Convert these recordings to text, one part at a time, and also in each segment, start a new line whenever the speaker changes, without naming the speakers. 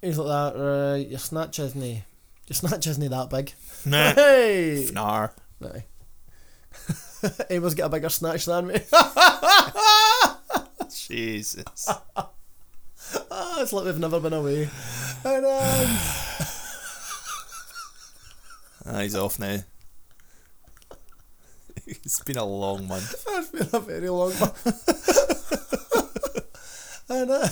He's like that. Right, your snatch isn't your snatch isn't that big.
Nah.
Hey,
Fnar.
no. Abel's got a bigger snatch than me.
Jesus.
Ah, it's like we've never been away. And, um,
Ah, he's off now. it's been a long month.
It's been a very long month. and uh,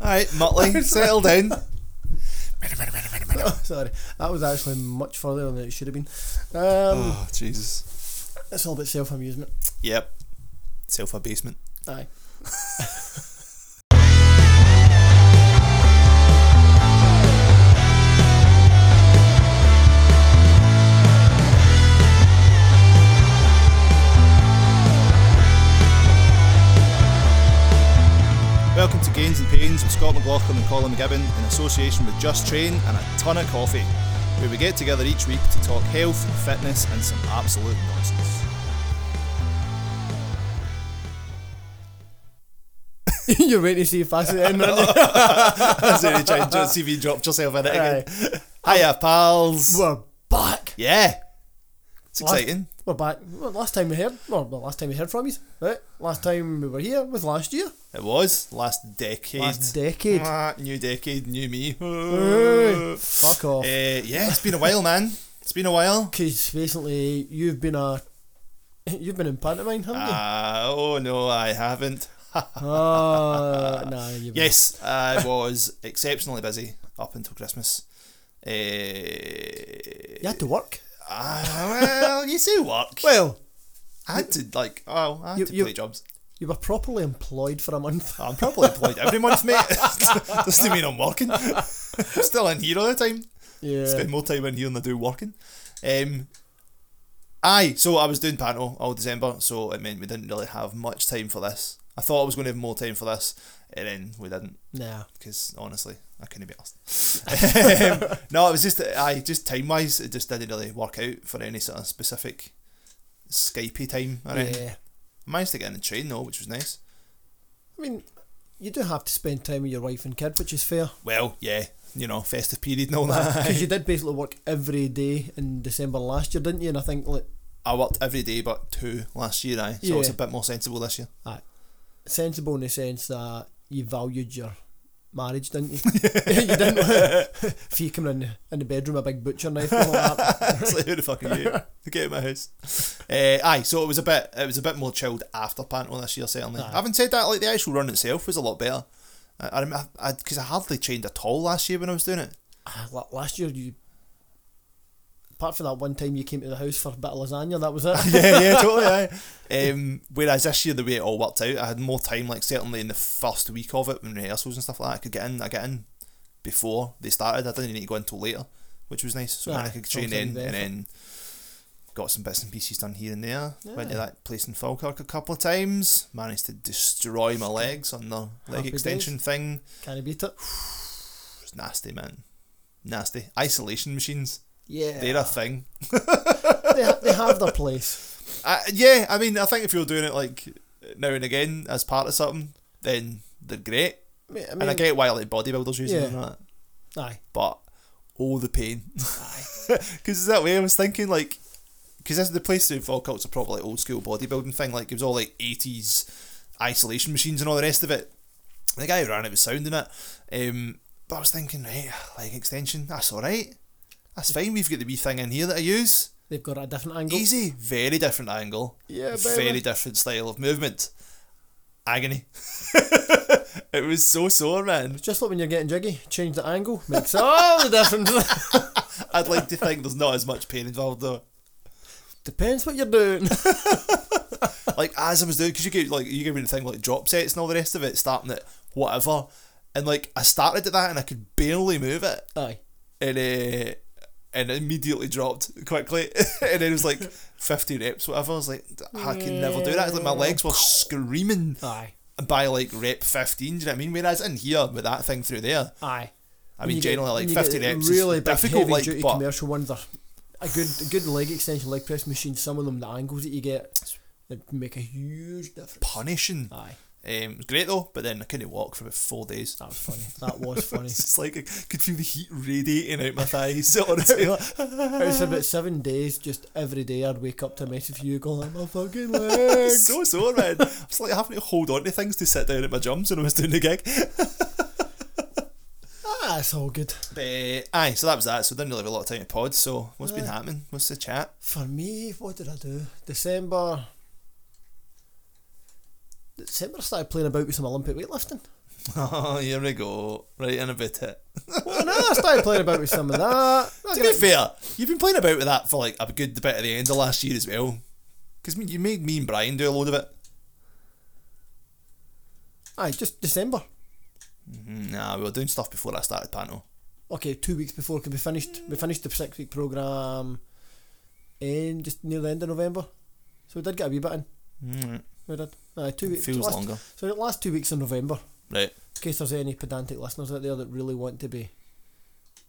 Alright, Muttley, settle down.
Oh, sorry, that was actually much further than it should have been. Um,
Oh, Jesus.
It's all about self amusement.
Yep. Self a basement.
Aye.
Welcome to Gains and Pains with Scott McLaughlin and Colin McGibbon in association with Just Train and a ton of coffee, where we get together each week to talk health, fitness, and some absolute nonsense.
You're waiting to see if I say it. No,
That's it, trying to see if you dropped yourself in it
Aye.
again. Hiya, pals.
We're back.
Yeah. It's exciting.
We're back. Well, last time we heard, well, the last time we heard from you, right? Last time we were here was last year.
It was. Last decade.
Last decade.
Ah, new decade, new me.
Hey,
uh,
fuck off.
yeah, it's been a while, man. It's been a while.
Because basically, you've been a, you've been in pantomime, haven't you?
Uh, oh, no, I haven't.
Uh, nah, you've been-
Yes, I was exceptionally busy up until Christmas. Uh,
You had to work.
ah, well, you say work.
Well,
I had to, like, oh, I had
You-
to
you-
play jobs.
you were properly employed for a month.
I'm probably employed every month, mate. Doesn't mean I'm working. I'm still in here all the time.
Yeah.
Spend more time in here than I do working. Um, aye, so I was doing panel all December, so it meant we didn't really have much time for this. I thought I was going to have more time for this, and then we didn't.
Nah.
because honestly, I couldn't be asked. um, no, it was just I just time wise, it just didn't really work out for any sort of specific Skypey time. I reckon.
Yeah.
I managed to get in the train though, which was nice.
I mean, you do have to spend time with your wife and kid, which is fair.
Well, yeah, you know, festive period and all that.
Because you did basically work every day in December last year, didn't you? And I think, like,
I worked every day but two last year, I so it's a
Yeah.
bit more sensible this year.
aye, sensible in the sense that you valued your marriage, didn't you? you didn't. if you coming in, in the bedroom, a big butcher knife and all that.
it's like, who the fuck are you? Get out of my house. Uh, aye, so it was a bit it was a bit more chilled after Panto this year certainly.
Aye.
Having said that, like the actual run itself was a lot better. I, I remember because I, hardly trained at all last year when I was doing it.
Ah, la- last year, you. Apart from that one time you came to the house for a bit of lasagna, that was it.
yeah, yeah, totally. Aye. Um, whereas this year the way it all worked out, I had more time. Like certainly in the first week of it, when rehearsals and stuff like that, I could get in. I get in before they started. I didn't need to go in till later, which was nice. So then I
Aye,
could
so it
train
was
in
like
and
the
then got some bits and pieces done here and there. Went to
Yeah.
that place in Falkirk a couple of times. Managed to destroy my legs on the leg
Happy
extension thing.
Can you beat it?
It was nasty, man. Nasty isolation machines.
Yeah.
They're a thing.
They, ha- they have their place.
I, yeah, I mean, I think if you're doing it like now and again as part of something, then they're great.
I mean, I
and I
mean,
get why like bodybuilders use them
Yeah.
and that,
aye.
but all the pain. Because it's that way I was thinking like, because this is the place to fall cults a proper like old school bodybuilding thing. Like it was all like eighties isolation machines and all the rest of it. The guy who ran it was sounding it, um, but I was thinking right, leg extension. That's all right. That's fine. We've got the wee thing in here that I use.
They've got a different angle.
Easy, very different angle.
Yeah, baby.
very different style of movement. Agony. it was so sore, man.
Just like when you're getting jiggy, change the angle, makes all the difference.
I'd like to think there's not as much pain involved though.
Depends what you're doing.
Like as I was doing, because you get like you give me the thing like drop sets and all the rest of it, starting at whatever, and like I started at that and I could barely move it.
Aye.
and uh, and immediately dropped quickly, and it was like fifty reps, whatever. I was like, I can never do that. It's Like my legs were screaming
Aye.
by like rep fifteen. Do you know what I mean? Whereas in here with that thing through there,
Aye.
I
When
mean
you get-
generally
when you
like fifty
get
reps
really
is
big,
difficult,
heavy
like
duty
but
commercial ones are a good a good leg extension, leg press machine. Some of them, the angles that you get, they make a huge difference.
punishing.
Aye.
Um, it was great though, but then I couldn't walk for about four days.
That was funny. That was funny.
It's just like I could feel the heat radiating out my thighs. Honestly, like,
It was about seven days, just every day I'd wake up to a message from you going, my fucking
I
legs.
was so sore, man. I was like having to hold on to things to sit down at my jumps when I was doing the gig.
ah, it's all good.
But, aye, so that was that. So didn't really have a lot of time to pod. So what's been
Aye.
happening? What's the chat?
For me, what did I do? December. December I started playing about with some Olympic weightlifting.
Oh, here we go. Right in about it.
Well, no, I started playing about with some of that. Not
To
gonna-
be fair, you've been playing about with that for like a good bit of the end of last year as well. Because you made me and Brian do a load of it.
Aye, just December.
Mhm, Nah, we were doing stuff before I started Pano.
Okay, two weeks before because we finished we finished the six week program in just near the end of November, so we did get a wee bit in.
Mm,
We did. Aye, two
it
weeks.
feels
last,
longer.
So the last two weeks in November.
Right.
in case there's any pedantic listeners out there that really want to be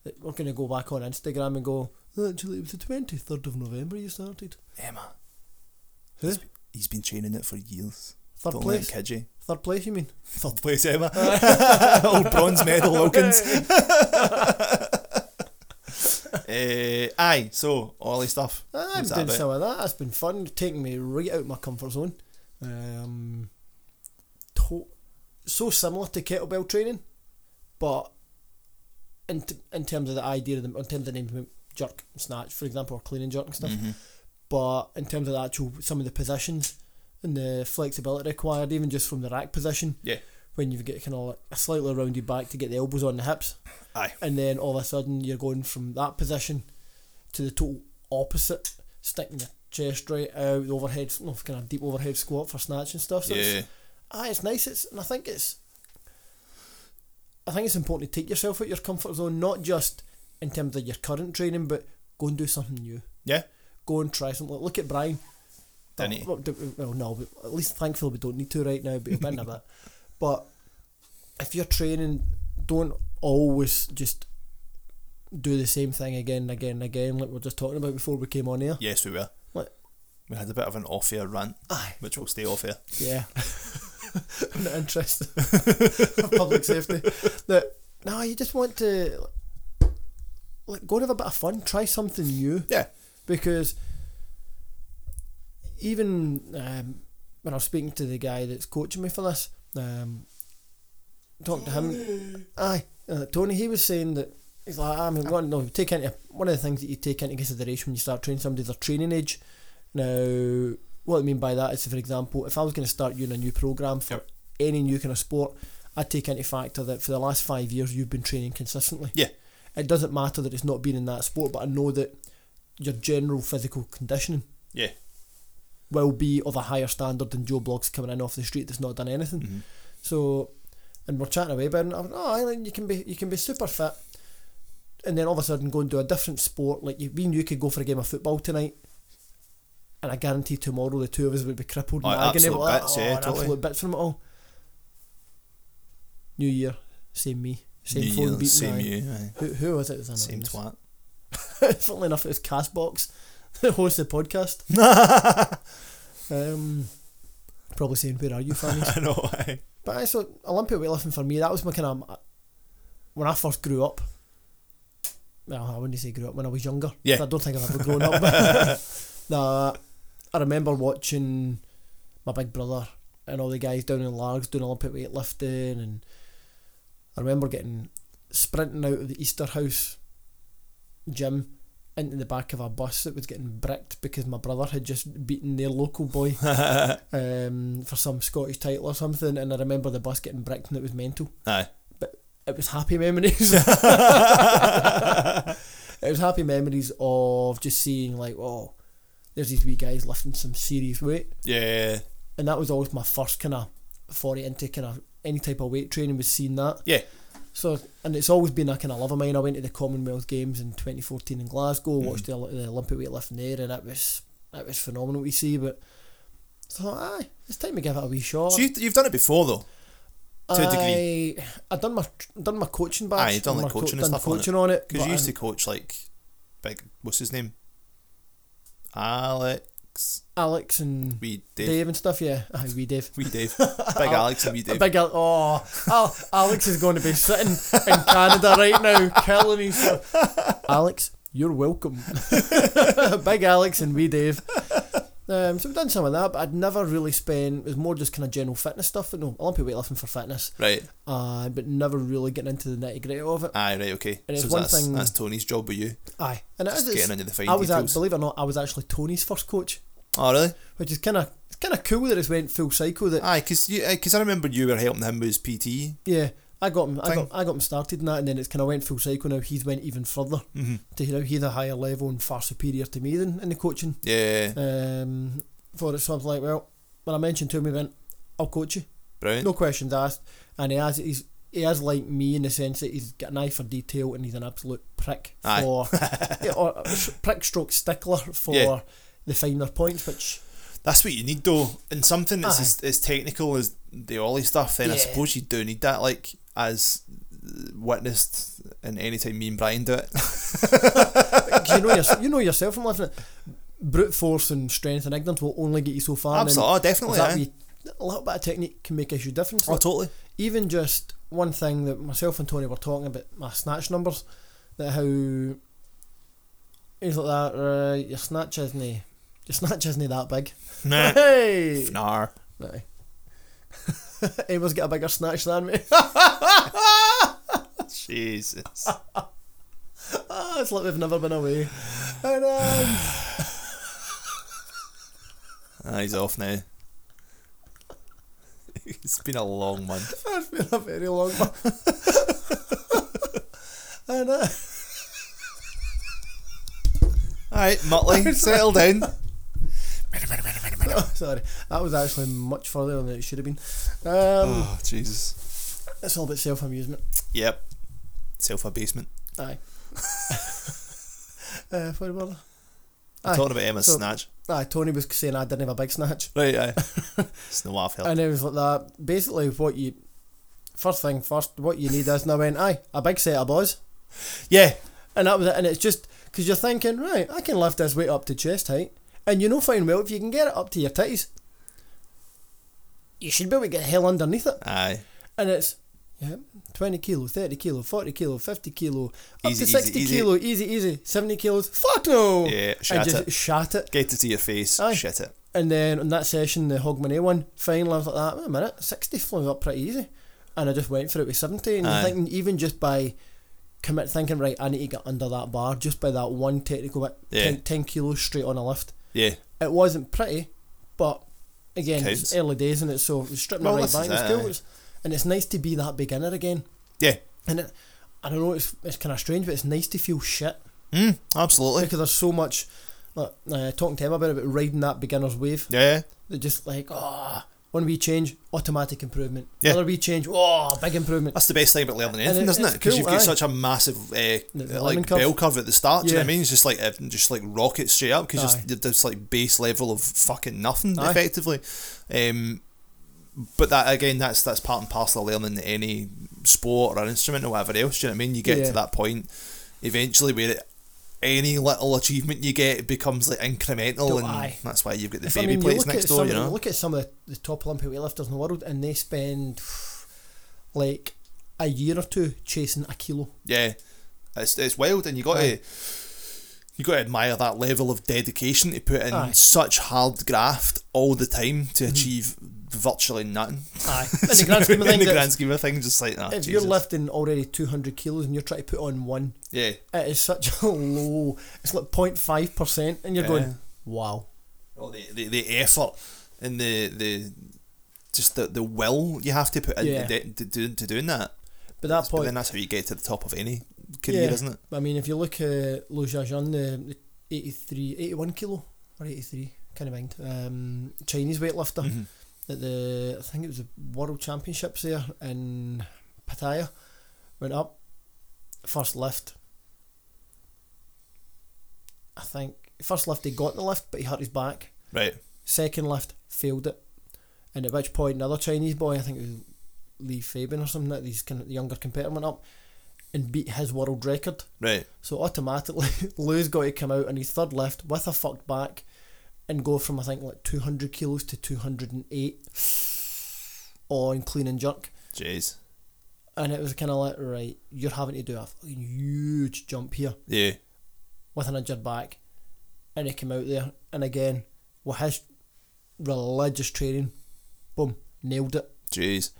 that we're going to go back on Instagram and go actually it was the 23rd of November you started
Emma.
Who?
He's- He's been training it for years.
3rd
Don't
place
let him kid you.
third place you mean
Third place, Emma. Old bronze medal, Wilkins. Eh, aye, so Ollie stuff.
I'm
What's that
doing
about?
some of that that's been fun taking me right out my comfort zone um, to- so similar to kettlebell training but in, t- in terms of the idea of the, in terms of the name jerk and snatch for example or clean and jerk and stuff
Mhm.
but in terms of the actual some of the positions and the flexibility required, even just from the rack position,
Yeah.
when you've got kind of like a slightly rounded back to get the elbows on the hips,
Aye.
and then all of a sudden you're going from that position to the total opposite, sticking the chest right out, the overhead, no, kind of deep overhead squat for snatch and stuff. So it's,
Yeah.
aye, it's nice. It's and I think it's, I think it's important to take yourself out your comfort zone, not just in terms of your current training, but go and do something new
Yeah.
go and try something. Look at Brian.
Didn't he?
Well, d- well, no, but at least thankfully we don't need to right now, but you've been a bit. But if you're training, don't always just do the same thing again and again and again, like we are just talking about before we came on here.
Yes, we were.
What?
We had a bit of an off air rant,
Aye.
which will stay off air.
Yeah. I'm not interested of public safety. That no, you just want to like go and have a bit of fun, try something new.
Yeah.
Because even um, when I was speaking to the guy that's coaching me for this, um, talking to him, aye, uh, Tony, he was saying that he's like, "Ah, I mean, one, no, take into one of the things that you take into consideration when you start training somebody is their training age. Now, what I mean by that is, for example, if I was going to start you in a new program for
Yep.
any new kind of sport, I take into factor that for the last five years you've been training consistently.
Yeah.
It doesn't matter that it's not been in that sport, but I know that your general physical conditioning
Yeah.
will be of a higher standard than Joe Bloggs coming in off the street that's not done anything.
Mhm.
So, and we're chatting away about it. And I'm like, oh, Alan, you can be you can be super fit, and then all of a sudden go and do a different sport. Like you, me and you could go for a game of football tonight, and I guarantee tomorrow the two of us would be crippled and
Oh,
agony.
absolute
We're like,
bits,
oh,
yeah,
an
totally.
absolute bits from it all. New year, same me, same
New
phone
year,
beat
same
me.
you, aye.
Who, who was it? that Was
same twat.
Funnily enough, it was Castbox that hosts the podcast. um, probably saying, "Where are you, Fanny?"
I know. Aye.
But I so Olympic weightlifting for me that was my kind of when I first grew up. Well, I wouldn't say grew up when I was younger.
Yeah.
I don't think I've ever grown up. nah, I remember watching my big brother and all the guys down in Largs doing Olympic weightlifting, and I remember getting sprinting out of the Easter House gym into the back of a bus that was getting bricked because my brother had just beaten their local boy um, for some Scottish title or something, and I remember the bus getting bricked and it was mental.
Aye.
It was happy memories. it was happy memories of just seeing like, oh, there's these wee guys lifting some serious weight,
Yeah.
and that was always my first kind of foray into kind of any type of weight training was seeing that.
Yeah.
So and it's always been a kind of love of mine. I went to the Commonwealth Games in 2014 in Glasgow,
Mm.
watched the, the Olympic weightlifting there, and it was it was phenomenal to see. But so aye, it's time to give it a wee shot.
So you, you've done it before though. to a degree.
I I done my done my coaching badge.
Aye, you've done,
and
like,
my co-
coaching and
done
stuff on it.
coaching on it.
Because
but
you used
I-
to coach like big what's his name? Alex Alex,
Alex and
wee
Dave,
Dave,
and stuff. Yeah, aye, wee Dave.
wee Dave, big Alex and wee Dave.
Big Al- oh, Al- Alex is going to be sitting in Canada right now, killing himself. Alex, you're welcome. Big Alex and wee Dave. Um, so we've done some of that, but I'd never really spent. It was more just kind of general fitness stuff. But no, Olympic weightlifting for fitness,
Right,
uh, but never really getting into the nitty gritty of it.
aye, right, okay.
And it's
so
one
that's
thing-
that's Tony's job with you,
Aye, and it is.
just
it's-
getting into the fine
I was, at,
details.
believe it or not, I was actually Tony's first coach,
oh really?
which is kind of it's kind of cool that it's went full cycle. That
Aye, because I remember you were helping him with his PT.
yeah, I got him, I
Thing.
got, I got him started in that, and then it's kind of went full cycle. Now he's went even further
Mm-hmm.
to you know he's a higher level and far superior to me than in the coaching.
Yeah,
Um, for it, so I was like, well, when I mentioned to him, he went, "I'll coach you,
brilliant.
no questions asked," and he has he's. He is like me in the sense that he's got an eye for detail and he's an absolute prick
Aye.
for yeah, or a prick stroke stickler for
Yeah.
the finer points, which
That's what you need though. In something that's
Aye.
as, as technical as the Ollie stuff, then I
Yeah.
suppose you do need that, like as witnessed in any time me and Brian do it.
'Cause you know yourself, you know yourself from living it. Brute force and strength and ignorance will only get you so far. and then
Absolutely, oh, definitely.
that
aye.
wee- a little bit of technique can make a huge difference.
Oh,
Like,
totally.
even just one thing that myself and Tony were talking about my snatch numbers, that how he's like that. Uh, your snatch isn't your snatch isn't that big.
Nah.
Hey,
Fnar.
no. Amber's got a bigger snatch than me.
Jesus.
Ah, it's like we've never been away. And, um,
Ah, he's off now. it's been a long month.
It's been a very long month. and uh,
Alright, Muttley, settle down.
Oh, sorry, that was actually much further than it should have been. Um,
Oh, Jesus.
It's all about self amusement.
Yep. Self abasement.
Aye. uh, what about
I'm
Aye,
talking about Emma's
so-
snatch.
aye, Tony was saying I didn't have a big snatch,
Right, aye. it's no half help.
and it was like that. Basically, what you first thing first, what you need is, and I went, aye, a big set of boys,
Yeah.
and that was it. And it's just because you're thinking, right, I can lift this weight up to chest height, and you know fine well if you can get it up to your titties, you should be able to get hell underneath it.
Aye.
and it's yeah, 20 kilo, 30 kilo, 40 kilo, 50 kilo, up
Easy,
to
easy,
60
easy.
kilo, easy, easy, 70 kilos, fuck no! Oh,
Yeah,
and
shat
just
it.
shat it.
Get it to your face.
Aye.
Shit it.
And then on that session, the Hogmanay one, finally I was like, that, wait a minute, 60 flew up pretty easy. And I just went for it with 70. And
Aye.
I'm thinking, even just by commit thinking, right, I need to get under that bar, just by that one technical bit,
Yeah.
10, 10 kilos straight on a lift.
Yeah.
It wasn't pretty, but again,
Counts.
it's early days and it's so stripping
Well,
my right
this is
back was
it,
cool.
aye.
It's- And it's nice to be that beginner again.
Yeah.
And it, I don't know, it's, it's kind of strange, but it's nice to feel shit
Mm, absolutely.
because there's so much. Like, uh, talking to him about it, about riding that beginner's wave.
Yeah.
They're just like, oh, one wee change, automatic improvement.
Yeah.
Another wee change, oh, big improvement.
That's the best thing about learning
And
anything,
it-
isn't it?
it's
Because
cool,
you've got
aye.
such a massive uh,
the
like
learning curve.
bell curve at the start. Do you know what I
Yeah.
mean? It's just like it just like rockets straight up because
Aye.
you're just like base level of fucking nothing
Aye.
effectively. Um, but that again, that's that's part and parcel of learning any sport or an instrument or whatever else. Do you know what I mean? You get
Yeah.
to that point eventually where it, any little achievement you get becomes like incremental,
Do-
and
aye.
that's why you've got the
If,
baby
you
plates
look
next
at
door.
some,
You know,
Look at some of the, the top Olympic weightlifters in the world, and they spend like a year or two chasing a kilo.
yeah, it's it's wild, and you got to.
Aye.
you got to admire that level of dedication to put in
Aye.
such hard graft all the time to achieve virtually nothing.
Aye. In the grand scheme of
In
things,
the
it's-
grand scheme of things, just like that.
if you're lifting already 200 kilos and you're trying to put on one,
yeah,
it is such a low, it's like 0.5%, and you're
Yeah.
going, wow.
well, Oh, the, the the effort and the the just the, the will you have to put into
Yeah.
de- to, do to doing that.
But that
But then
point,
that's how you get to the top of any career,
Yeah.
isn't it?
I mean, if you look at Lou Jiajun, the the 83, 81 kilo, or 83, kind of mind, um, Chinese weightlifter
Mhm.
at the, I think it was the World Championships there in Pattaya, went up, first lift. I think, first lift, he got the lift, but he hurt his back.
Right.
Second lift, failed it. And at which point another Chinese boy, I think it was Lee Fabian or something, that these kind of younger competitor went up and beat his world record.
Right.
So automatically Lou's got to come out on his third lift with a fucked back and go from I think like two hundred kilos to two hundred and eight on clean and jerk.
Jeez.
And it was kind of like, right, you're having to do a fucking huge jump here
Yeah.
with an injured back. And he came out there, and again, with his religious training, boom, nailed it.
Jeez.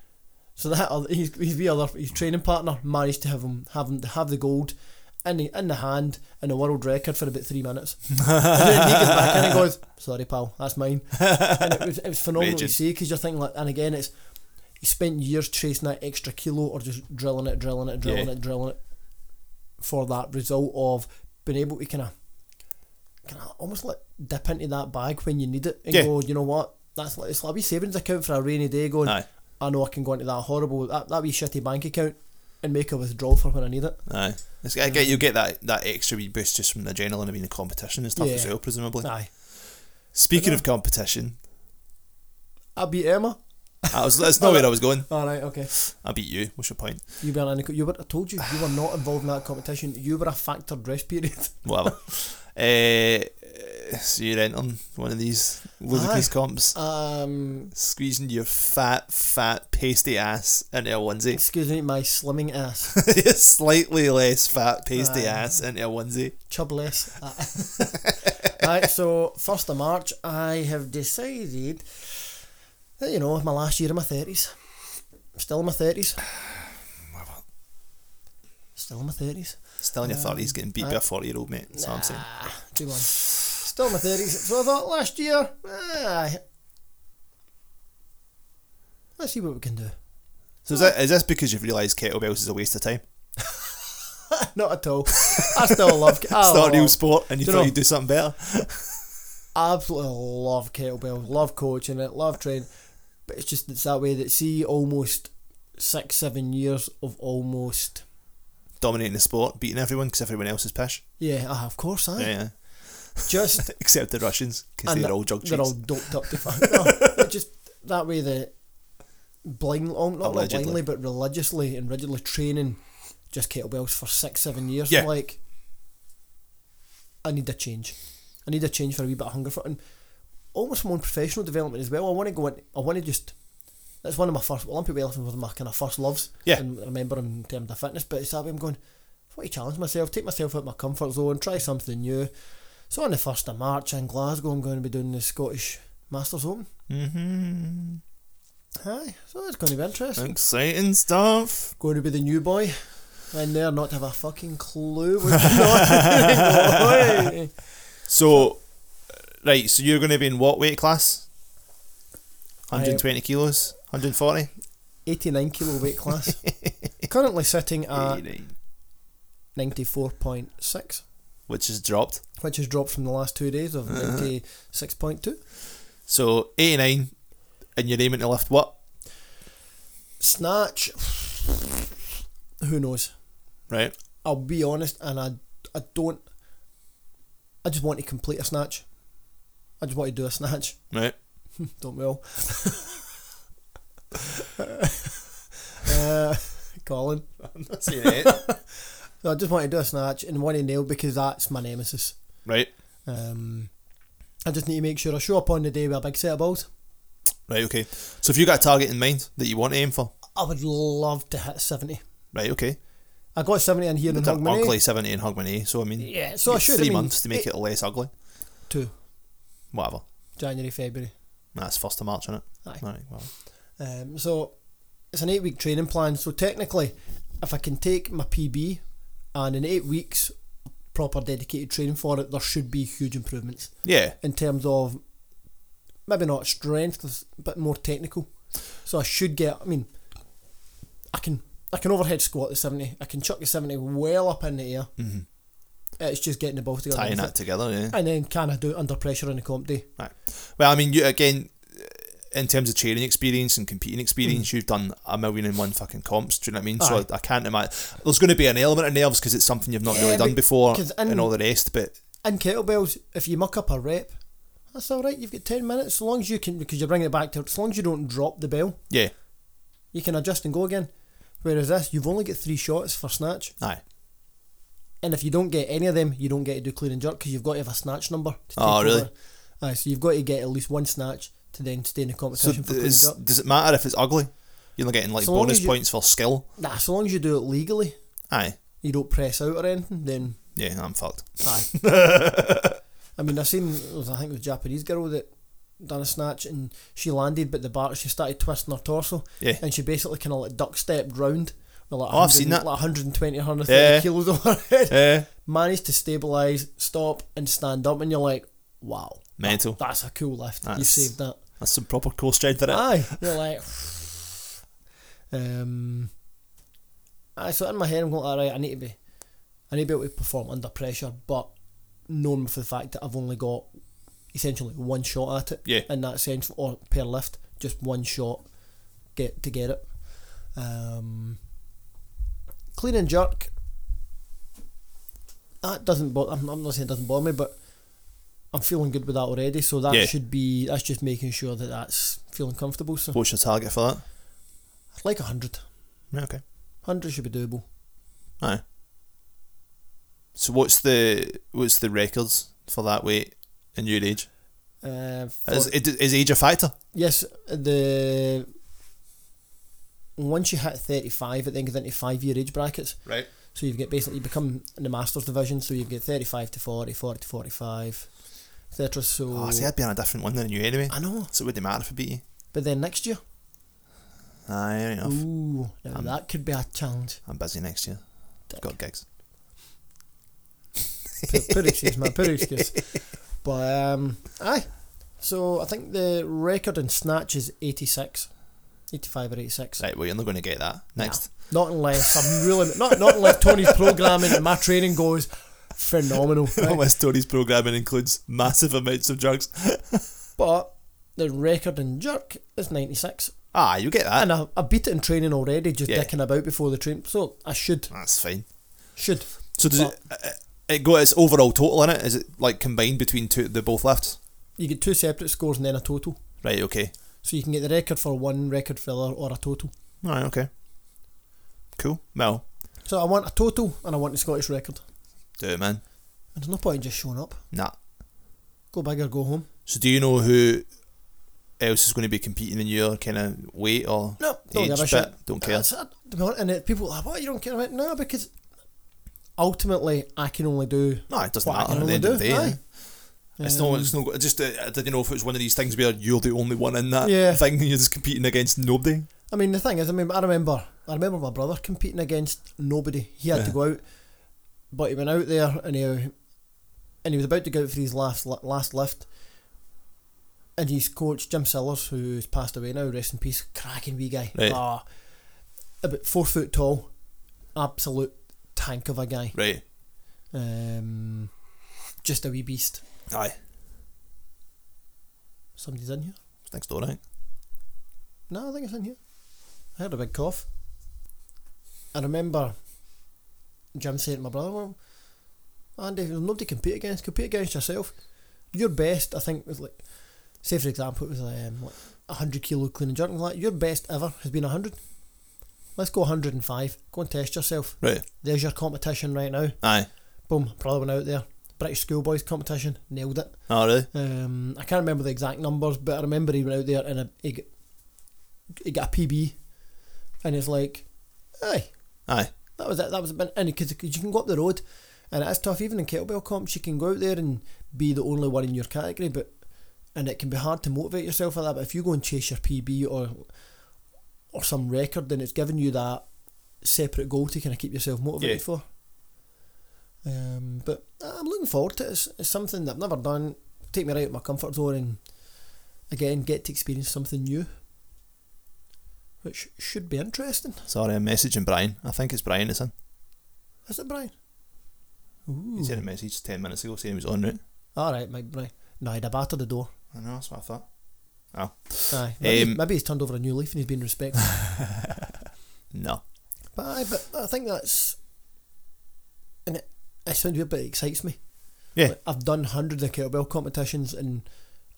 So that other, he's he's the other his training partner managed to have him have him have the gold in the in the hand in the world record for about three minutes. and then he gets back in and goes, "Sorry, pal, that's mine." And it was it was phenomenal
Raging.
to see because you're thinking like, and again, it's he spent years chasing that extra kilo or just drilling it, drilling it, drilling
Yeah.
it, drilling it for that result of being able to kind of kind of almost like dip into that bag when you need it and
Yeah.
go, you know what? That's like it's like a wee savings account for a rainy day going.
Aye.
I know I can go into that horrible that, that wee shitty bank account and make a withdrawal for when I need it.
Aye. It's, I get you get that, that extra wee boost just from the adrenaline of being in competition and stuff as
Yeah.
well, presumably.
Aye.
Speaking of competition,
I beat Emma.
I was that's not where I was going.
Alright, okay.
I beat you. What's your point?
You were in a, you were I told you you were not involved in that competition. You were a factored rest period.
Whatever. uh, so you're entering one of these ludicrous comps,
Um
squeezing your fat, fat, pasty ass into a onesie.
excuse me, my slimming ass.
Slightly less fat, pasty
Aye.
ass into a onesie.
Chubless. Uh, right, so first of March I have decided that you know, my last year in my thirties. Still in my thirties. Still in my thirties.
Still in your
Um,
thirties, getting beat by
aye.
a forty-year-old mate. That's what I'm saying.
Nah, Two one. Still in my thirties. So I thought last year, aye. let's see what we can do.
So is, that, is this because you've realised kettlebells is a waste of time?
Not at all. I still love. I
It's not a real
love,
sport, and you
Do Oh, you
thought
know-
you'd do something better.
absolutely love kettlebells. Love coaching it. Love training. But it's just it's that way that see almost six seven years of almost
Dominating the sport, beating everyone because everyone else is pish.
yeah ah, of course I
Yeah,
just
except the Russians because
And
they're all jug cheats.
they're all doped up to fuck. No, but just that way that blind, um, not, not
Allegedly.
blindly, but religiously and rigidly training just kettlebells for six, seven years.
Yeah.
Like, I need a change. I need a change for a wee bit of hunger for it. And almost my own professional development as well. I want to go in, I want to just. That's one of my first Olympic weightlifting was my kind of first loves.
Yeah.
And I remember in terms of fitness, but it's that way I'm going. I want to challenge myself, take myself out of my comfort zone, try something new. So on the first of March in Glasgow, I'm going to be doing the Scottish Masters Open. Mm-hmm.
hmm
Aye, so it's going to be interesting.
Exciting stuff.
Going to be the new boy in there, not to have a fucking clue what's going on. Oi.
So, right, so you're going to be in what weight class? 120 kilos, 140.
89 kilo weight class. Currently sitting at 94.6,
Which is dropped.
which has dropped from the last two days of 96.2.
So 89, and you're aiming to lift what?
Snatch, who knows?
Right.
I'll be honest, and I, I don't. I just want to complete a snatch. I just want to do a snatch.
Right.
Don't we all? uh, Colin.
That's 88.
So I just want to do a snatch and one to nail because that's my nemesis.
right.
Um, I just need to make sure I show up on the day with a big set of balls.
Right, okay. So if you got a target in mind that you want to aim for,
I would love to hit 70.
right, okay.
I got 70 in here in
It's an
Hogmanay.
ugly 70 in Hogman A, so I mean,
Yeah, so I
you've
should.
three
I mean,
months to make it, less ugly.
Two.
Whatever.
January, February.
That's 1st of March, isn't it?
Aye.
All right, well.
Um, so it's an eight week training plan. So technically, if I can take my PB and in eight weeks, proper dedicated training for it, there should be huge improvements.
Yeah.
in terms of maybe not strength, but more technical. So I should get. I mean, I can I can overhead squat the seventy. I can chuck the seventy well up in the air.
Mm-hmm.
It's just getting the ball together,
Tying
with
that together, yeah.
it. and then can I do it under pressure on the comp day?
Right. Well, I mean, you again, in terms of training experience and competing experience, you've done a million and one fucking comps. Do you know what I mean?
Mm. Aye.
So I, I can't imagine. There's going to be an element of nerves because it's something you've not
Yeah,
really done
but-
before
'cause in-
and all the rest. But
And kettlebells, if you muck up a rep, that's all right. You've got ten minutes, as long as you can, because you're bringing it back to. As long as you don't drop the bell,
yeah,
you can adjust and go again. Whereas this, you've only got three shots for snatch,
aye.
and if you don't get any of them, you don't get to do clean and jerk because you've got to have a snatch number. To
Oh,
take
really?
Over. Aye, so you've got to get at least one snatch to then stay in the
So
competition
th-
for clean
is,
up.
does it matter if it's ugly? You're not getting like
So long
bonus
as you-
points for skill.
Nah, so long as you do it legally,
Aye,
you don't press out or anything, then
yeah, I'm fucked.
aye. I mean, I've seen, it was, I think it was a Japanese girl that done a snatch and she landed, but the bar, she started twisting her torso
Yeah.
and she basically kind of like duck stepped round. with Like
Oh, I've
100
seen that.
Like 120, 130
Yeah.
kilos on her head.
Eh,
Managed to stabilise, stop, and stand up, and you're like, wow.
mental.
That's a cool lift. you
That's-
saved that.
That's some proper core strength there.
Aye. You're like, um, aye, so in my head, I'm going, all right, I need to be, I need to be able to perform under pressure, but known for the fact that I've only got essentially one shot at it.
Yeah.
In that sense, or per lift, just one shot get to get it. Um, clean and jerk. That doesn't bother. I'm, I'm not saying it doesn't bother me, but I'm feeling good with that already. So that
Yeah.
should be. That's just making sure that that's feeling comfortable. So
What's your target for that?
I'd like a hundred.
Yeah, okay.
Hundred should be doable.
Aye. So what's the what's the records for that weight in your age?
Uh, for-
Is, is is age a factor?
Yes, the once you hit thirty five, it then goes into five year age brackets.
Right.
So you get basically you become in the masters division. So you get thirty five to 40, 40 to forty five, etc. So
Oh, see, I'd be on a different one than you anyway.
I know,
So it wouldn't matter if I beat you.
but then next year,
Aye, fair enough.
ooh, now
Um,
that could be a challenge.
I'm busy next year.
Dick.
Got gigs.
Poor, poor excuse, man, poor excuse. But um, aye. So I think the record in snatch is 86, 85 or eighty six.
Right, well, you're not going to get that next.
Not unless I'm really not not unless Tony's programming and my training goes phenomenal.
All
right?
my stories programming includes massive amounts of drugs.
But the record in jerk is ninety six,
Ah, you get that.
and I, I beat it in training already, just
Yeah.
dicking about before the train. So I should
That's fine.
should
So does it, it? It go its overall total in it? Is it like combined between two the both lifts?
you get two separate scores and then a total,
Right. Okay.
so you can get the record for one, record for the other, or a total.
All right. Okay. Cool. Well,
So I want a total, and I want the Scottish record.
do it, man.
And there's no point in just showing up.
Nah.
Go big or go home.
So do you know who else is going to be competing in your kind of weight or
No, don't
age
give a
bit?
shit.
Don't care.
That's- to be honest, and it, people are like, what, you don't care about it?" No, because ultimately I can only do
No, it doesn't
What I can
matter at the
only
end
do,
of the day.
aye.
eh? It's not. It's not. Just uh, I didn't know if it was one of these things where you're the only one in that
Yeah.
thing, and you're just competing against nobody.
I mean, the thing is, I mean, I remember, I remember my brother competing against nobody. He had to
Yeah.
go out, but he went out there and he and he was about to go out for his last li- last lift. And his coach Jim Sellers, who's passed away now, rest in peace, cracking wee guy.
Right.
Ah, about four foot tall, absolute tank of a guy.
Right.
Um, just a wee beast.
Aye.
Somebody's in here.
Next door, right?
No, I think it's in here. I had a big cough. I remember Jim saying to my brother, well, Andy, there's nobody to compete against. Compete against yourself. Your best, I think, was like, say for example, it was um, like a 100 kilo clean and jerk. and Like, your best ever has been a 100. Let's go 105. Go and test yourself.
Right.
There's your competition right now.
Aye.
Boom, brother went out there. British schoolboys competition, nailed it.
Oh, really?
Um, I can't remember the exact numbers, but I remember he went out there and a, he, g- he got a PB, and it's like, aye,
Aye.
that was it. That was it. and because you can go up the road, and it's tough. Even in kettlebell comps, you can go out there and be the only one in your category, but and it can be hard to motivate yourself for that. But if you go and chase your PB or or some record, then it's giving you that separate goal to kind of keep yourself motivated
Yeah.
for. Um, but I'm looking forward to it. It's, it's something that I've never done. Take me right out of my comfort zone and again get to experience something new, which should be interesting.
Sorry, I'm messaging Brian. I think it's Brian. It's in.
Is it, Brian? Ooh.
He sent a message ten minutes ago saying he was on route.
All right, Mike Brian. No, he'd have battered the door.
I know. That's what I thought.
Aye, maybe,
Um,
maybe he's turned over a new leaf and he's been respected.
No.
but aye, but I think that's, and it, it sounds weird, but it excites me.
Yeah.
Like, I've done hundreds of kettlebell competitions and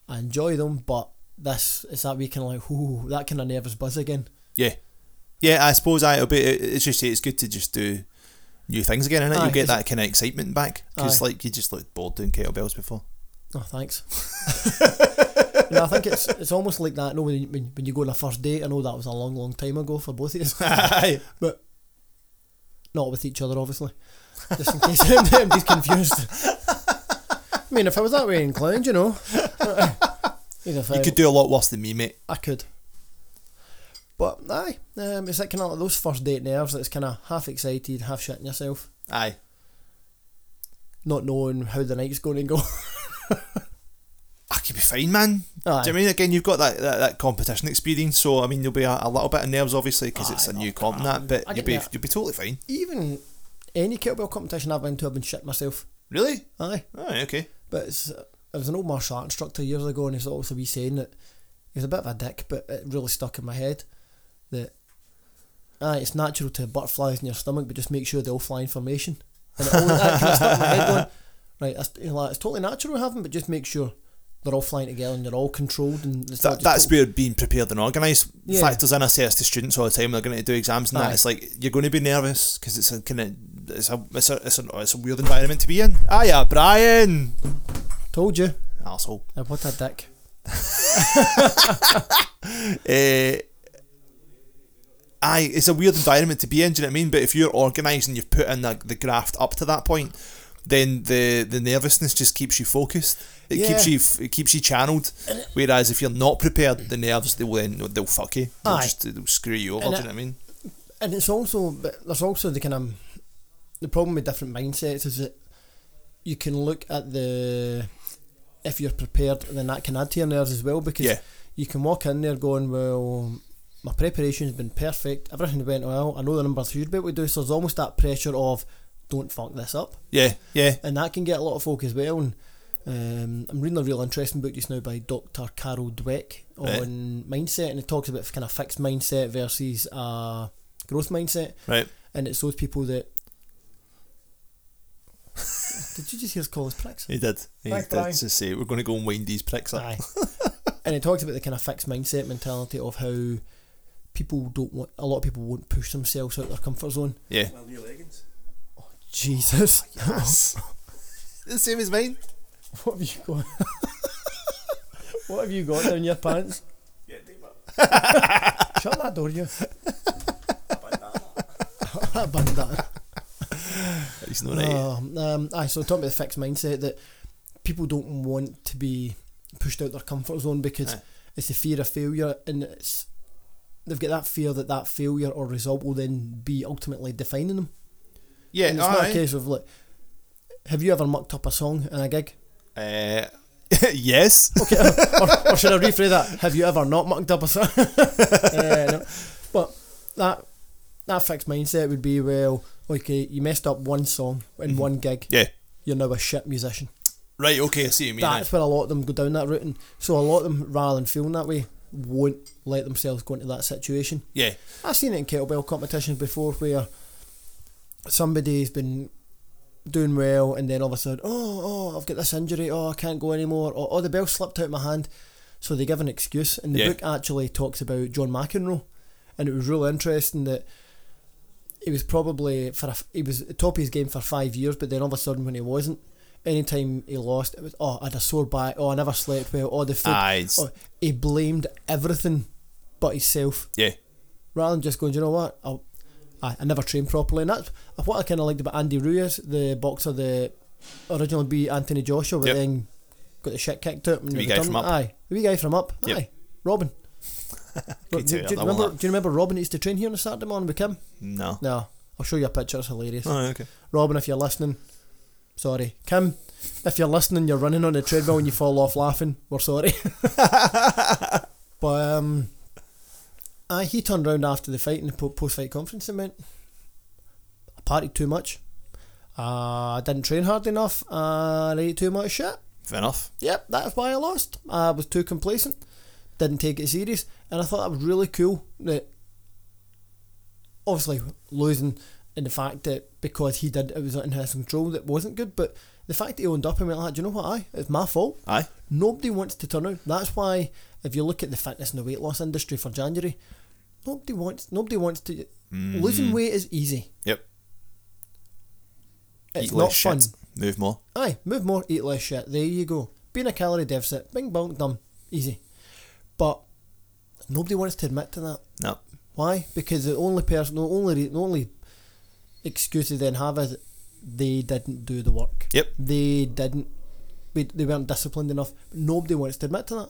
I enjoy them, but this it's that wee kind of like, ooh, that kind of nervous buzz again.
Yeah. Yeah. I suppose I. It'll be. it- It's just. It's good to just do new things again, innit?
Aye,
You'll get
it's-
that kind of excitement back because
Aye.
like you just looked bored doing kettlebells before.
No, Oh, thanks. no, I think it's it's almost like that. No, when you, when, when you go on a first date, I know that was a long, long time ago for both of us,
Aye.
but not with each other, obviously. Just in case anybody's confused. I mean, if I was that way inclined, you know, you
You could do a lot worse than me, mate.
I could. But aye, um, it's that kind of like those first date nerves that's kind of half excited, half shitting yourself,
Aye.
not knowing how the night's going to go.
I could be fine, man.
Aye.
Do you know what I mean again? You've got that, that, that competition experience, so I mean there'll be a, a little bit of nerves, obviously, because it's
Aye,
a
no,
new comp and
come
that. But
on. I get
you'll be
that.
you'll be totally fine.
Even any kettlebell competition I've been to, I've been shitting myself.
Really?
Aye.
Aye, okay.
But it's, there was an old martial art instructor years ago, and he's always be saying that he was a bit of a dick, but it really stuck in my head that aye, it's natural to have butterflies in your stomach, but just make sure they all fly in formation. And it always that kind of stuck in my head going, right, that's, you know, like, it's totally natural having, but just make sure they're all flying together and they're all controlled. And it's not
That,
just
that's
all-
where being prepared and organised
Yeah.
factors in. I say this to students all the time. They're going to do exams and
Aye.
that. It's like you're going to be nervous because it's a kind of it's a it's a, it's a it's a weird environment to be in. Ah, yeah, Brian,
told you.
asshole.
Uh, What a dick.
Uh, aye, it's a weird environment to be in. Do you know what I mean? But if you're organised and you've put in the, the graft up to that point, then the the nervousness just keeps you focused. It keeps
Yeah.
you f- it keeps you channeled. Whereas if you're not prepared, the nerves they will then they'll fuck you. They'll
Aye.
just they'll screw you over.
And
do you know what I mean?
and it's also but there's also the kind of the problem with different mindsets is that you can look at the if you're prepared then that can add to your nerves as well because
Yeah.
you can walk in there going well my preparation's been perfect everything went well I know the numbers you'd be able to do so there's almost that pressure of don't fuck this up
Yeah, yeah.
and that can get a lot of folk as well. And um, I'm reading a real interesting book just now by Dr. Carol Dweck on
Right.
mindset, and it talks about kind of fixed mindset versus uh, growth mindset.
Right.
And it's those people that. Did you just hear us call us pricks?
He did. He
Thanks,
did
Brian.
to say we're going to go and wind these pricks up.
Aye. and it talks about the kind of fixed mindset mentality of how people don't want a lot of people won't push themselves out of their comfort zone.
Yeah.
Well, new leggings.
Jesus,
the same as mine.
what have you got? what have you got down your pants?
Yeah, deep up.
Shut that door, you.
Bandana.
Bandana.
He's not right.
Um, um, aye, so talking about the fixed mindset that people don't want to be pushed out their comfort zone because
Aye.
it's the fear of failure and it's they've got that fear that that failure or result will then be ultimately defining them.
yeah.
and it's not a
Aye.
case of like, have you ever mucked up a song in a gig?
Uh, yes.
Okay, or, or should I rephrase that? Have you ever not mucked up a song? Eh, no. But that that fixed mindset would be well, okay, you messed up one song in one gig.
Mm-hmm. Yeah.
You're now a shit musician.
Right. Okay. I see what you mean. aye.
That's where a lot of them go down that route, and so a lot of them, rather than feeling that way, won't let themselves go into that situation.
Yeah.
I've seen it in kettlebell competitions before, where somebody's been doing well, and then all of a sudden, oh, oh, I've got this injury, oh, I can't go anymore, or oh, the bell slipped out of my hand, so they give an excuse, and the
Yeah.
book actually talks about John McEnroe, and it was really interesting that he was probably for a f he was at top of his game for five years, but then all of a sudden when he wasn't, anytime he lost, it was oh I had a sore back, oh I never slept well, oh the food,
Aye, it's-
oh, he blamed everything but himself,
Yeah.
rather than just going, Do you know what, I, I, I never trained properly, and that's what I kind of liked about Andy Ruiz, the boxer that originally beat Anthony Joshua, but
Yep.
then got the shit kicked out.
The wee guy from Up.
Aye, the wee guy from up.
Yep.
Aye, Robin. do,
tell
do, do
you that
you
one
remember,
up.
do you remember Robin used to train here on a Saturday morning with Kim?
No.
No, I'll show you a picture. It's hilarious.
Oh, okay.
Robin, if you're listening, sorry. Kim, if you're listening, you're running on the treadmill and you fall off laughing. We're sorry. but um, aye, he turned round after the fight in the po- post-fight conference and went, "I partied too much. Uh, I didn't train hard enough. Uh, I ate too much shit.
Fair enough.
Yep, that's why I lost. I was too complacent. Didn't take it serious, and I thought that was really cool. That obviously losing and the fact that because he did it was in his control that wasn't good, but the fact that he owned up and went like, "Do you know what? I it's my fault.
Aye.
Nobody wants to turn out. That's why if you look at the fitness and the weight loss industry for January, nobody wants nobody wants to losing weight is easy.
Yep.
It's
Eat
not
less
fun.
Shit. Move more.
Aye, move more, eat less shit. There you go. be in a calorie deficit, bing bong done, easy. But nobody wants to admit to that.
No.
Why? Because the only person, the only re- the only excuse they then have is they didn't do the work.
Yep.
They didn't. We, they weren't disciplined enough. Nobody wants to admit to that.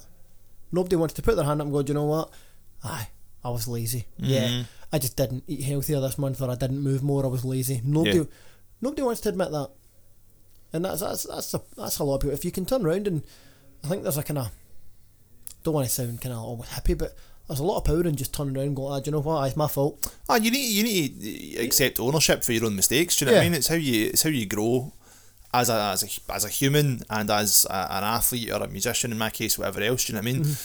Nobody wants to put their hand up and go, "Do you know what? Aye, I was lazy. Yeah,
Mhm.
I just didn't eat healthier this month, or I didn't move more. I was lazy. Nobody,
Yeah.
nobody wants to admit that. And that's that's that's a that's a lot of people. If you can turn around and I think there's a kind of don't want to sound kind of almost hippie, but there's a lot of power in just turning around and going, ah, do you know what? It's my fault.
Ah, you need you need to accept ownership for your own mistakes. Do you know what I
Yeah.
mean? It's how you it's how you grow as a as a, as a human and as a, an athlete or a musician. In my case, whatever else. Do you know what I mean?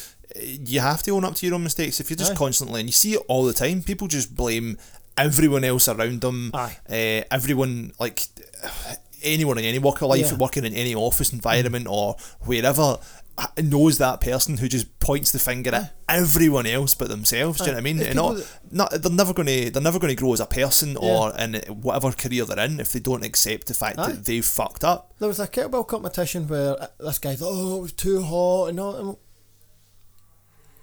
You have to own up to your own mistakes. If you're just
Mm-hmm. Aye.
constantly and you see it all the time, people just blame everyone else around them.
Aye.
Uh, everyone like anyone in any walk of life,
Yeah. Mm-hmm.
working in any office environment or wherever. ha- Knows that person who just points the finger at everyone else but themselves. Do you know what I mean?
Aye. If
And all-
people-
not they're never going to they're never going to grow as a person or in whatever career they're in if they don't accept the fact
Aye.
that they've fucked up.
There was a kettlebell competition where uh, this guy thought, oh, it was too hot and all. and-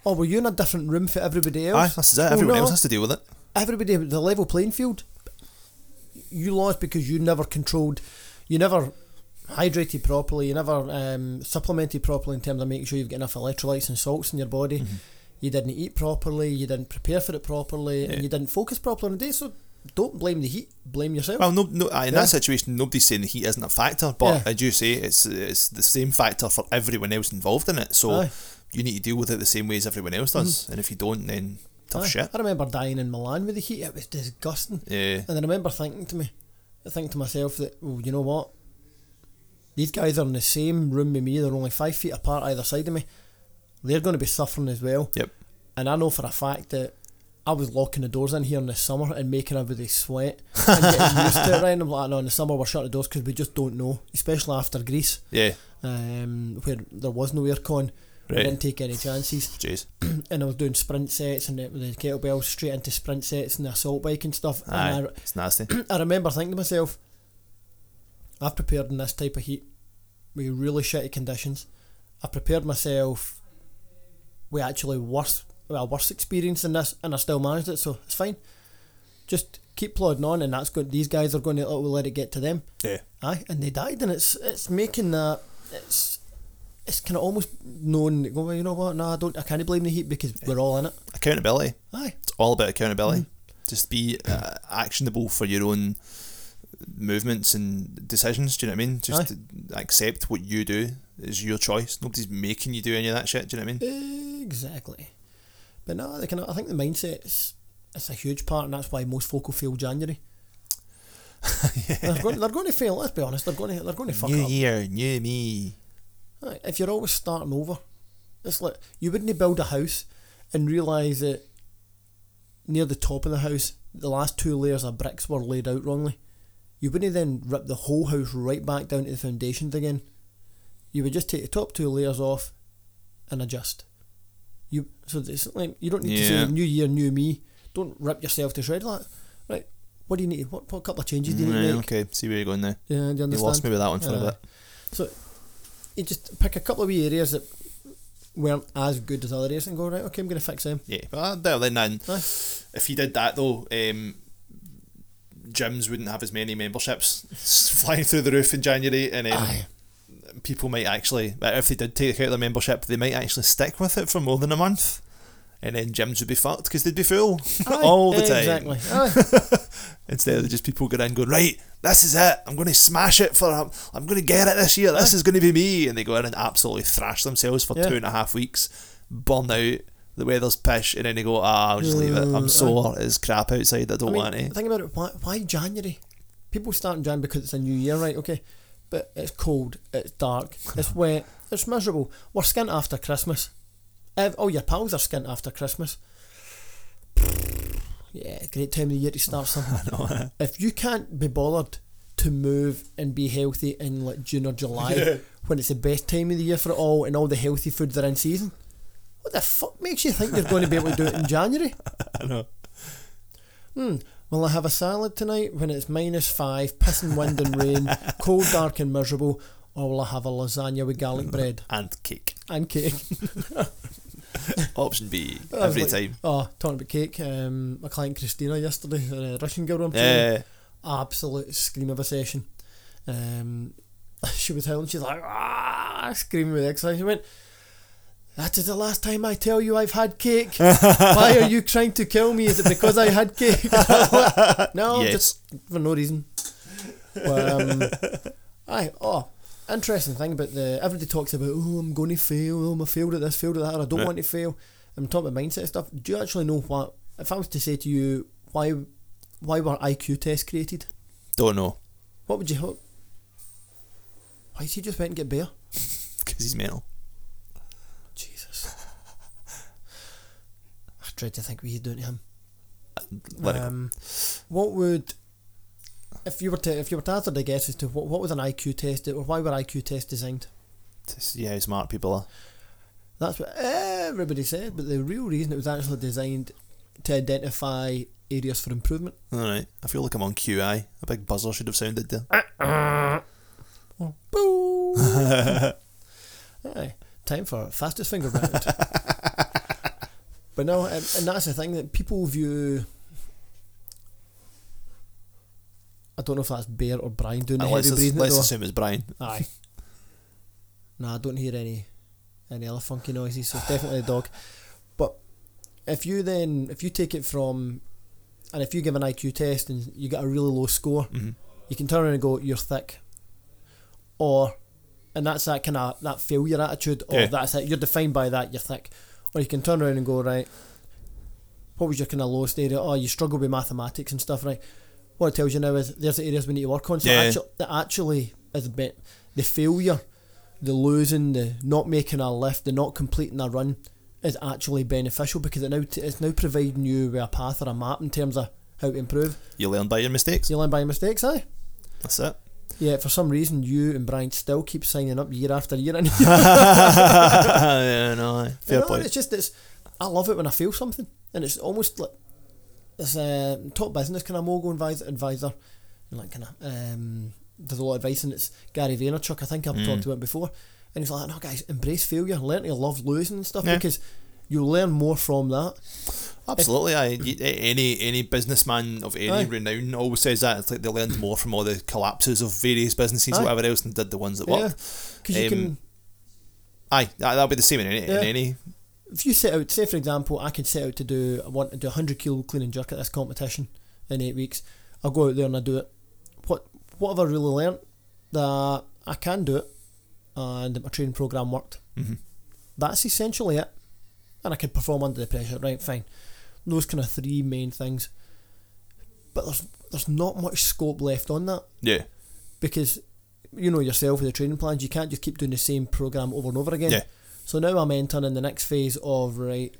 Oh, were you in a different room for everybody else?
Aye, that's it.
Oh,
Everyone
no.
else has to deal with it.
everybody the level playing field. You lost because you never controlled, you never hydrated properly, you never um, supplemented properly in terms of making sure you've got enough electrolytes and salts in your body. You didn't eat properly, you didn't prepare for it properly,
Yeah.
and you didn't focus properly on the day. So don't blame the heat, blame yourself.
Well, no, no. aye, In
Yeah.
that situation, nobody's saying the heat isn't a factor, but
Yeah.
as you say, it's it's the same factor for everyone else involved in it. So
Aye. Mm-hmm.
you need to deal with it the same way as everyone else does. And if you don't, then tough
Aye.
shit.
Oh, I remember dying in Milan with the heat. It was disgusting.
Yeah,
And I remember thinking to me, thinking to myself that, well, you know what? These guys are in the same room with me. They're only five feet apart either side of me. They're going to be suffering as well.
Yep.
And I know for a fact that I was locking the doors in here in the summer and making everybody sweat and getting used to it. Right? And I'm like, no, in the summer we're shutting the doors because we just don't know, especially after Greece,
yeah.
um, where there was no aircon. We
Right.
didn't take any chances
Jeez.
and I was doing sprint sets and the the kettlebells straight into sprint sets and the assault bike and stuff.
Aye,
And
it's nasty.
I, I remember thinking to myself, I've prepared in this type of heat with really shitty conditions. I prepared myself with actually worse, well, worse experience than this, and I still managed it, so it's fine. Just keep plodding on, and that's good. These guys are going to let it get to them.
Yeah.
Aye, and they died, and it's it's making that it's it's kind of almost known. that, Well, you know what? No, I don't. I can't blame the heat because we're all in it.
Accountability.
Aye,
It's all about accountability.
Mm.
Just be uh, actionable for your own movements and decisions. Do you know what I mean? Just accept what you do is your choice. Nobody's making you do any of that shit. Do you know what I mean?
exactly. But no, they kind of, I think the mindset's it's a huge part, and that's why most folk will fail January. They're, going, they're going to fail. Let's be honest. They're going to they're going to fuck
new
up.
year, new me.
Aye, if you're always starting over, it's like you wouldn't build a house and realise that near the top of the house, the last two layers of bricks were laid out wrongly. You wouldn't then rip the whole house right back down to the foundations again. You would just take the top two layers off and adjust. You so it's like you don't need
Yeah.
to say new year, new me. Don't rip yourself to shreds like right. What do you need? What, what couple of changes do you need
Right,
to make?
Mm, okay, see where you're going now.
Yeah, do you understand?
You lost me with that one for a
Aye.
bit.
Uh, So you just pick a couple of wee areas that weren't as good as other areas and go, right, okay, I'm going to fix them.
Yeah, but there then, then
Aye.
if you did that though, um, gyms wouldn't have as many memberships flying through the roof in January, and then
Aye.
people might actually, but if they did take out their membership, they might actually stick with it for more than a month, and then gyms would be fucked because they'd be full all the time.
Exactly. Aye.
Instead of just people going in going right, this is it. I'm going to smash it for. I'm going to get it this year. This is going to be me, and they go in and absolutely thrash themselves for
Yeah.
two and a half weeks, burn out. The weather's pish, and then they go, ah, I'll just leave it. I'm sore. It's crap outside. I
I
don't
mean,
want to.
think about it. Why, why January? People start in January because it's a new year, right? Okay. But it's cold, it's dark, it's wet, it's miserable. We're skint after Christmas. Ev- all your pals are skint after Christmas. Yeah, great time of the year to start something. if you can't be bothered to move and be healthy in like June or July when it's the best time of the year for it all and all the healthy foods are in season, what the fuck makes you think you're going to be able to do it in January?
I know.
Hmm. Will I have a salad tonight when it's minus five, pissing wind and rain, cold, dark, and miserable? or will I have a lasagna with garlic bread
and cake.
and cake?
Option B
I was
every
like,
time.
Oh, talking about cake, um, my client Christina yesterday, a Russian girl I'm training,
Yeah,
absolute scream of a session. Um, she was howling, she's like, ah, screaming with excitement. She went, That is the last time I tell you I've had cake. Why are you trying to kill me? Is it because I had cake? no,
Yes.
just for no reason. But, um, aye, oh, interesting thing about the everybody talks about, oh, I'm going to fail, oh, I failed at this, failed at that, or I don't
Yeah.
want to fail. I'm talking about mindset stuff. Do you actually know what? If I was to say to you, why, why were IQ tests created?
don't know
What would you hope? Why is he just went and get beer?
because he's mental.
Jesus. I dread to think what he's doing to him.
Let it go.
Um, what would if you were to if you were to hazard a guess as to what, what was an IQ test or why were IQ tests designed?
To see how smart people are.
That's what everybody said, but the real reason it was actually designed to identify areas for improvement.
All right, I feel like I'm on QI. A big buzzer should have sounded there.
Boo! Aye, time for fastest finger round. but no, and, and that's the thing that people view. I don't know if that's Bear or Brian doing the
Uh,
heavy
let's
breathing.
let's
though.
assume it's Brian.
Aye. no, I don't hear any any other funky noises, so it's definitely a dog. But if you then if you take it from and if you give an IQ test and you get a really low score,
Mhm.
you can turn around and go, You're thick or and that's that kind of that failure attitude or
Yeah.
that's it, you're defined by that, you're thick. Or you can turn around and go, Right, what was your kind of lowest area? Oh, you struggle with mathematics and stuff, right? What it tells you now is there's the areas we need to work on. So
Yeah.
actu- that actually is a bit the failure, the losing, the not making a lift, the not completing a run is actually beneficial because it now t- it's now providing you with a path or a map in terms of how to improve.
You learn by your mistakes.
You learn by your mistakes, aye?
That's it.
Yeah, for some reason you and Brian still keep signing up year after year. And
yeah, no, aye. fair
You know,
point.
It's just it's. I love it when I feel something, and it's almost like it's a top business kind of mogul advisor, advisor and like kind of um, there's a lot of advice, and it's Gary Vaynerchuk. I think I've
Mm.
talked about before, and he's like, "No, guys, embrace failure, learn to love losing and stuff
Yeah.
because you learn more from that."
Absolutely, aye. Y- a- any any businessman of any
Aye.
renown always says that. It's like they learned more from all the collapses of various businesses,
Aye.
or whatever else, than did the ones that
Yeah,
worked.
because you
Um,
can.
Aye, that, that'll be the same in any,
Yeah.
in any.
If you set out, say for example, I can set out to do I want to do a hundred kilo clean and jerk at this competition in eight weeks. I'll go out there and I do it. What what have I really learnt that I can do it, and that my training program worked.
Mhm.
That's essentially it, and I could perform under the pressure. Right, fine. Those kind of three main things, but there's there's not much scope left on that
Yeah,
because you know yourself with the training plans, you can't just keep doing the same program over and over again.
Yeah.
So now I'm entering the next phase of right,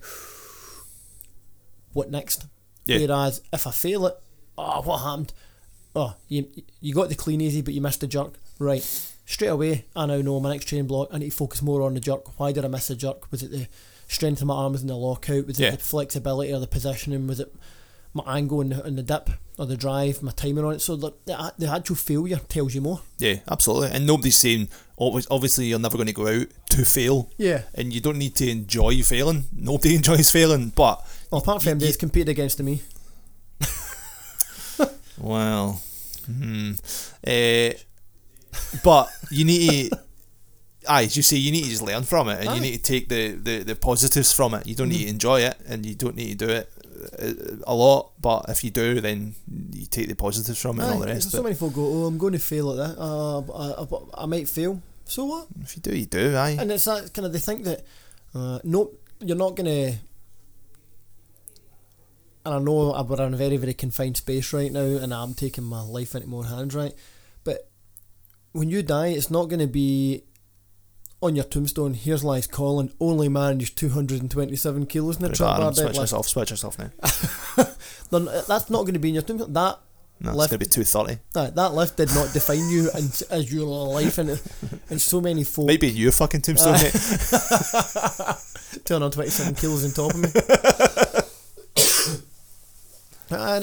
what next?
Yeah.
Whereas if I fail it, oh, what happened? Oh, you you got the clean easy, but you missed the jerk. Right, straight away, I now know my next training block. I need to focus more on the jerk. Why did I miss the jerk? Was it the strength of my arms in the lockout? Was
Yeah.
it the flexibility or the positioning? Was it my angle and the, and the dip or the drive, my timing on it. So the, the, a- the actual failure tells you more.
yeah, absolutely. And nobody's saying always. Obviously, you're never going to go out to fail,
Yeah.
and you don't need to enjoy failing. Nobody enjoys failing, but
Well, apart
Y-
from
y-
days competed against me.
Well, hmm. Eh, but you need to, aye, as you say, you need to just learn from it, and
Aye. Mm-hmm.
you need to take the, the, the positives from it. You don't need to enjoy it, and you don't need to do it uh, a lot. But if you do, then you take the positives from it and all the
Aye,
rest
so
of it.
many people go, oh, I'm going to fail at that. Uh, but I, but I might fail. So what?
If you do, you do. Aye,
And it's that kind of, they think that, uh, no, you're not going to. And I know I- we're in a very, very confined space right now, and I'm taking my life into my own hands, right? But when you die, it's not going to be on your tombstone. Here's lies Colin, only managed 227 kilos in the
Put it
trap bar
on, switch
deadlift.
us off. Switch us off now.
Then, uh, That's not going to be in your tombstone. That
No, it's
Left-
gonna be two thirty.
that, that lift did not define you and as your life, and and so many folk
Might be your fucking tombstone.
Aye.
mate.
turn on 27 kilos on top of me. and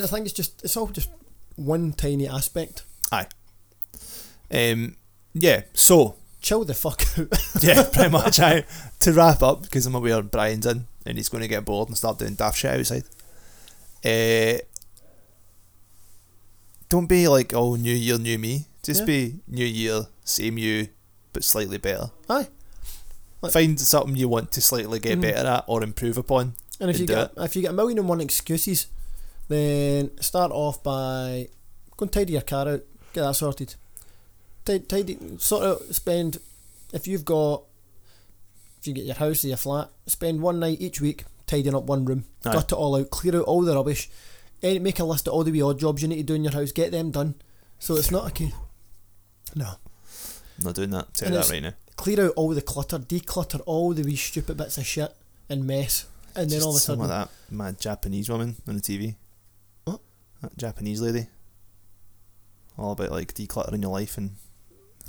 I think it's just it's all just one tiny aspect.
Um, yeah. So
chill the fuck out.
yeah, pretty much. I to wrap up because I'm aware Brian's in and he's going to get bored and start doing daft shit outside. Uh, don't be like oh new year, new me. Just
Yeah.
be new year, same you, but slightly better.
Aye.
Find something you want to slightly get
Mhm.
better at or improve upon.
And if
And
you
do
get if you get a million and one excuses, then start off by go and tidy your car out, get that sorted. Tidy, tidy sort out spend if you've got if you get your house or your flat, spend one night each week tidying up one room,
Aye.
gut it all out, clear out all the rubbish, and make a list of all the wee odd jobs you need to do in your house, get them done. So it's not a ca- no.
I'm not doing that. Tell
And
you that
it's-
right now.
Clear out all the clutter, declutter all the wee stupid bits of shit and mess, and then
Just
all of a
some
sudden
of that mad Japanese woman on the TV.
What?
That Japanese lady. All about like decluttering your life and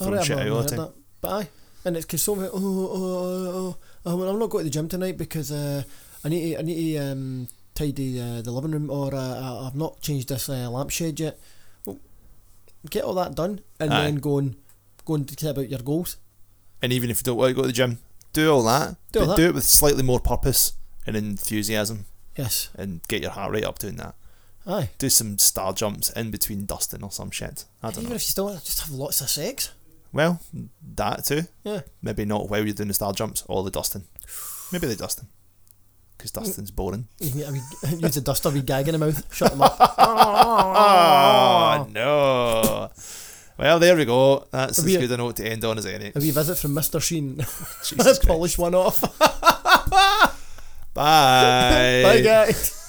Oh,
throwing
right,
shit
I've
out
not
all the
heard
time.
that. But aye, and it's because some people, oh, oh, oh, oh, oh, well, I'm not going to the gym tonight because uh, I need to, I need to um, tidy uh, the living room or uh, I- I've not changed this uh, lampshade yet. Well, get all that done and
Aye.
then go and go and set about your goals.
And even if you don't want to go to the gym, do all that.
Do
but
all that.
do it with slightly more purpose and enthusiasm
Yes,
and get your heart rate up doing that.
aye.
Do some star jumps in between dusting or some shit. I don't
Even
know.
if you still want to just have lots of sex,
Well, that too.
Yeah.
Maybe not while you're doing the star jumps or the dusting. Maybe the dusting. Because dusting's boring.
you can get a wee, use a duster, a wee gag in the mouth, shut them up.
Oh, no. Well, there we go. That's
Have
as
you-
good a note to end on as any.
A wee visit from Mr. Sheen.
Jesus
Let's
Christ.
polish one off.
Bye.
Bye, guys.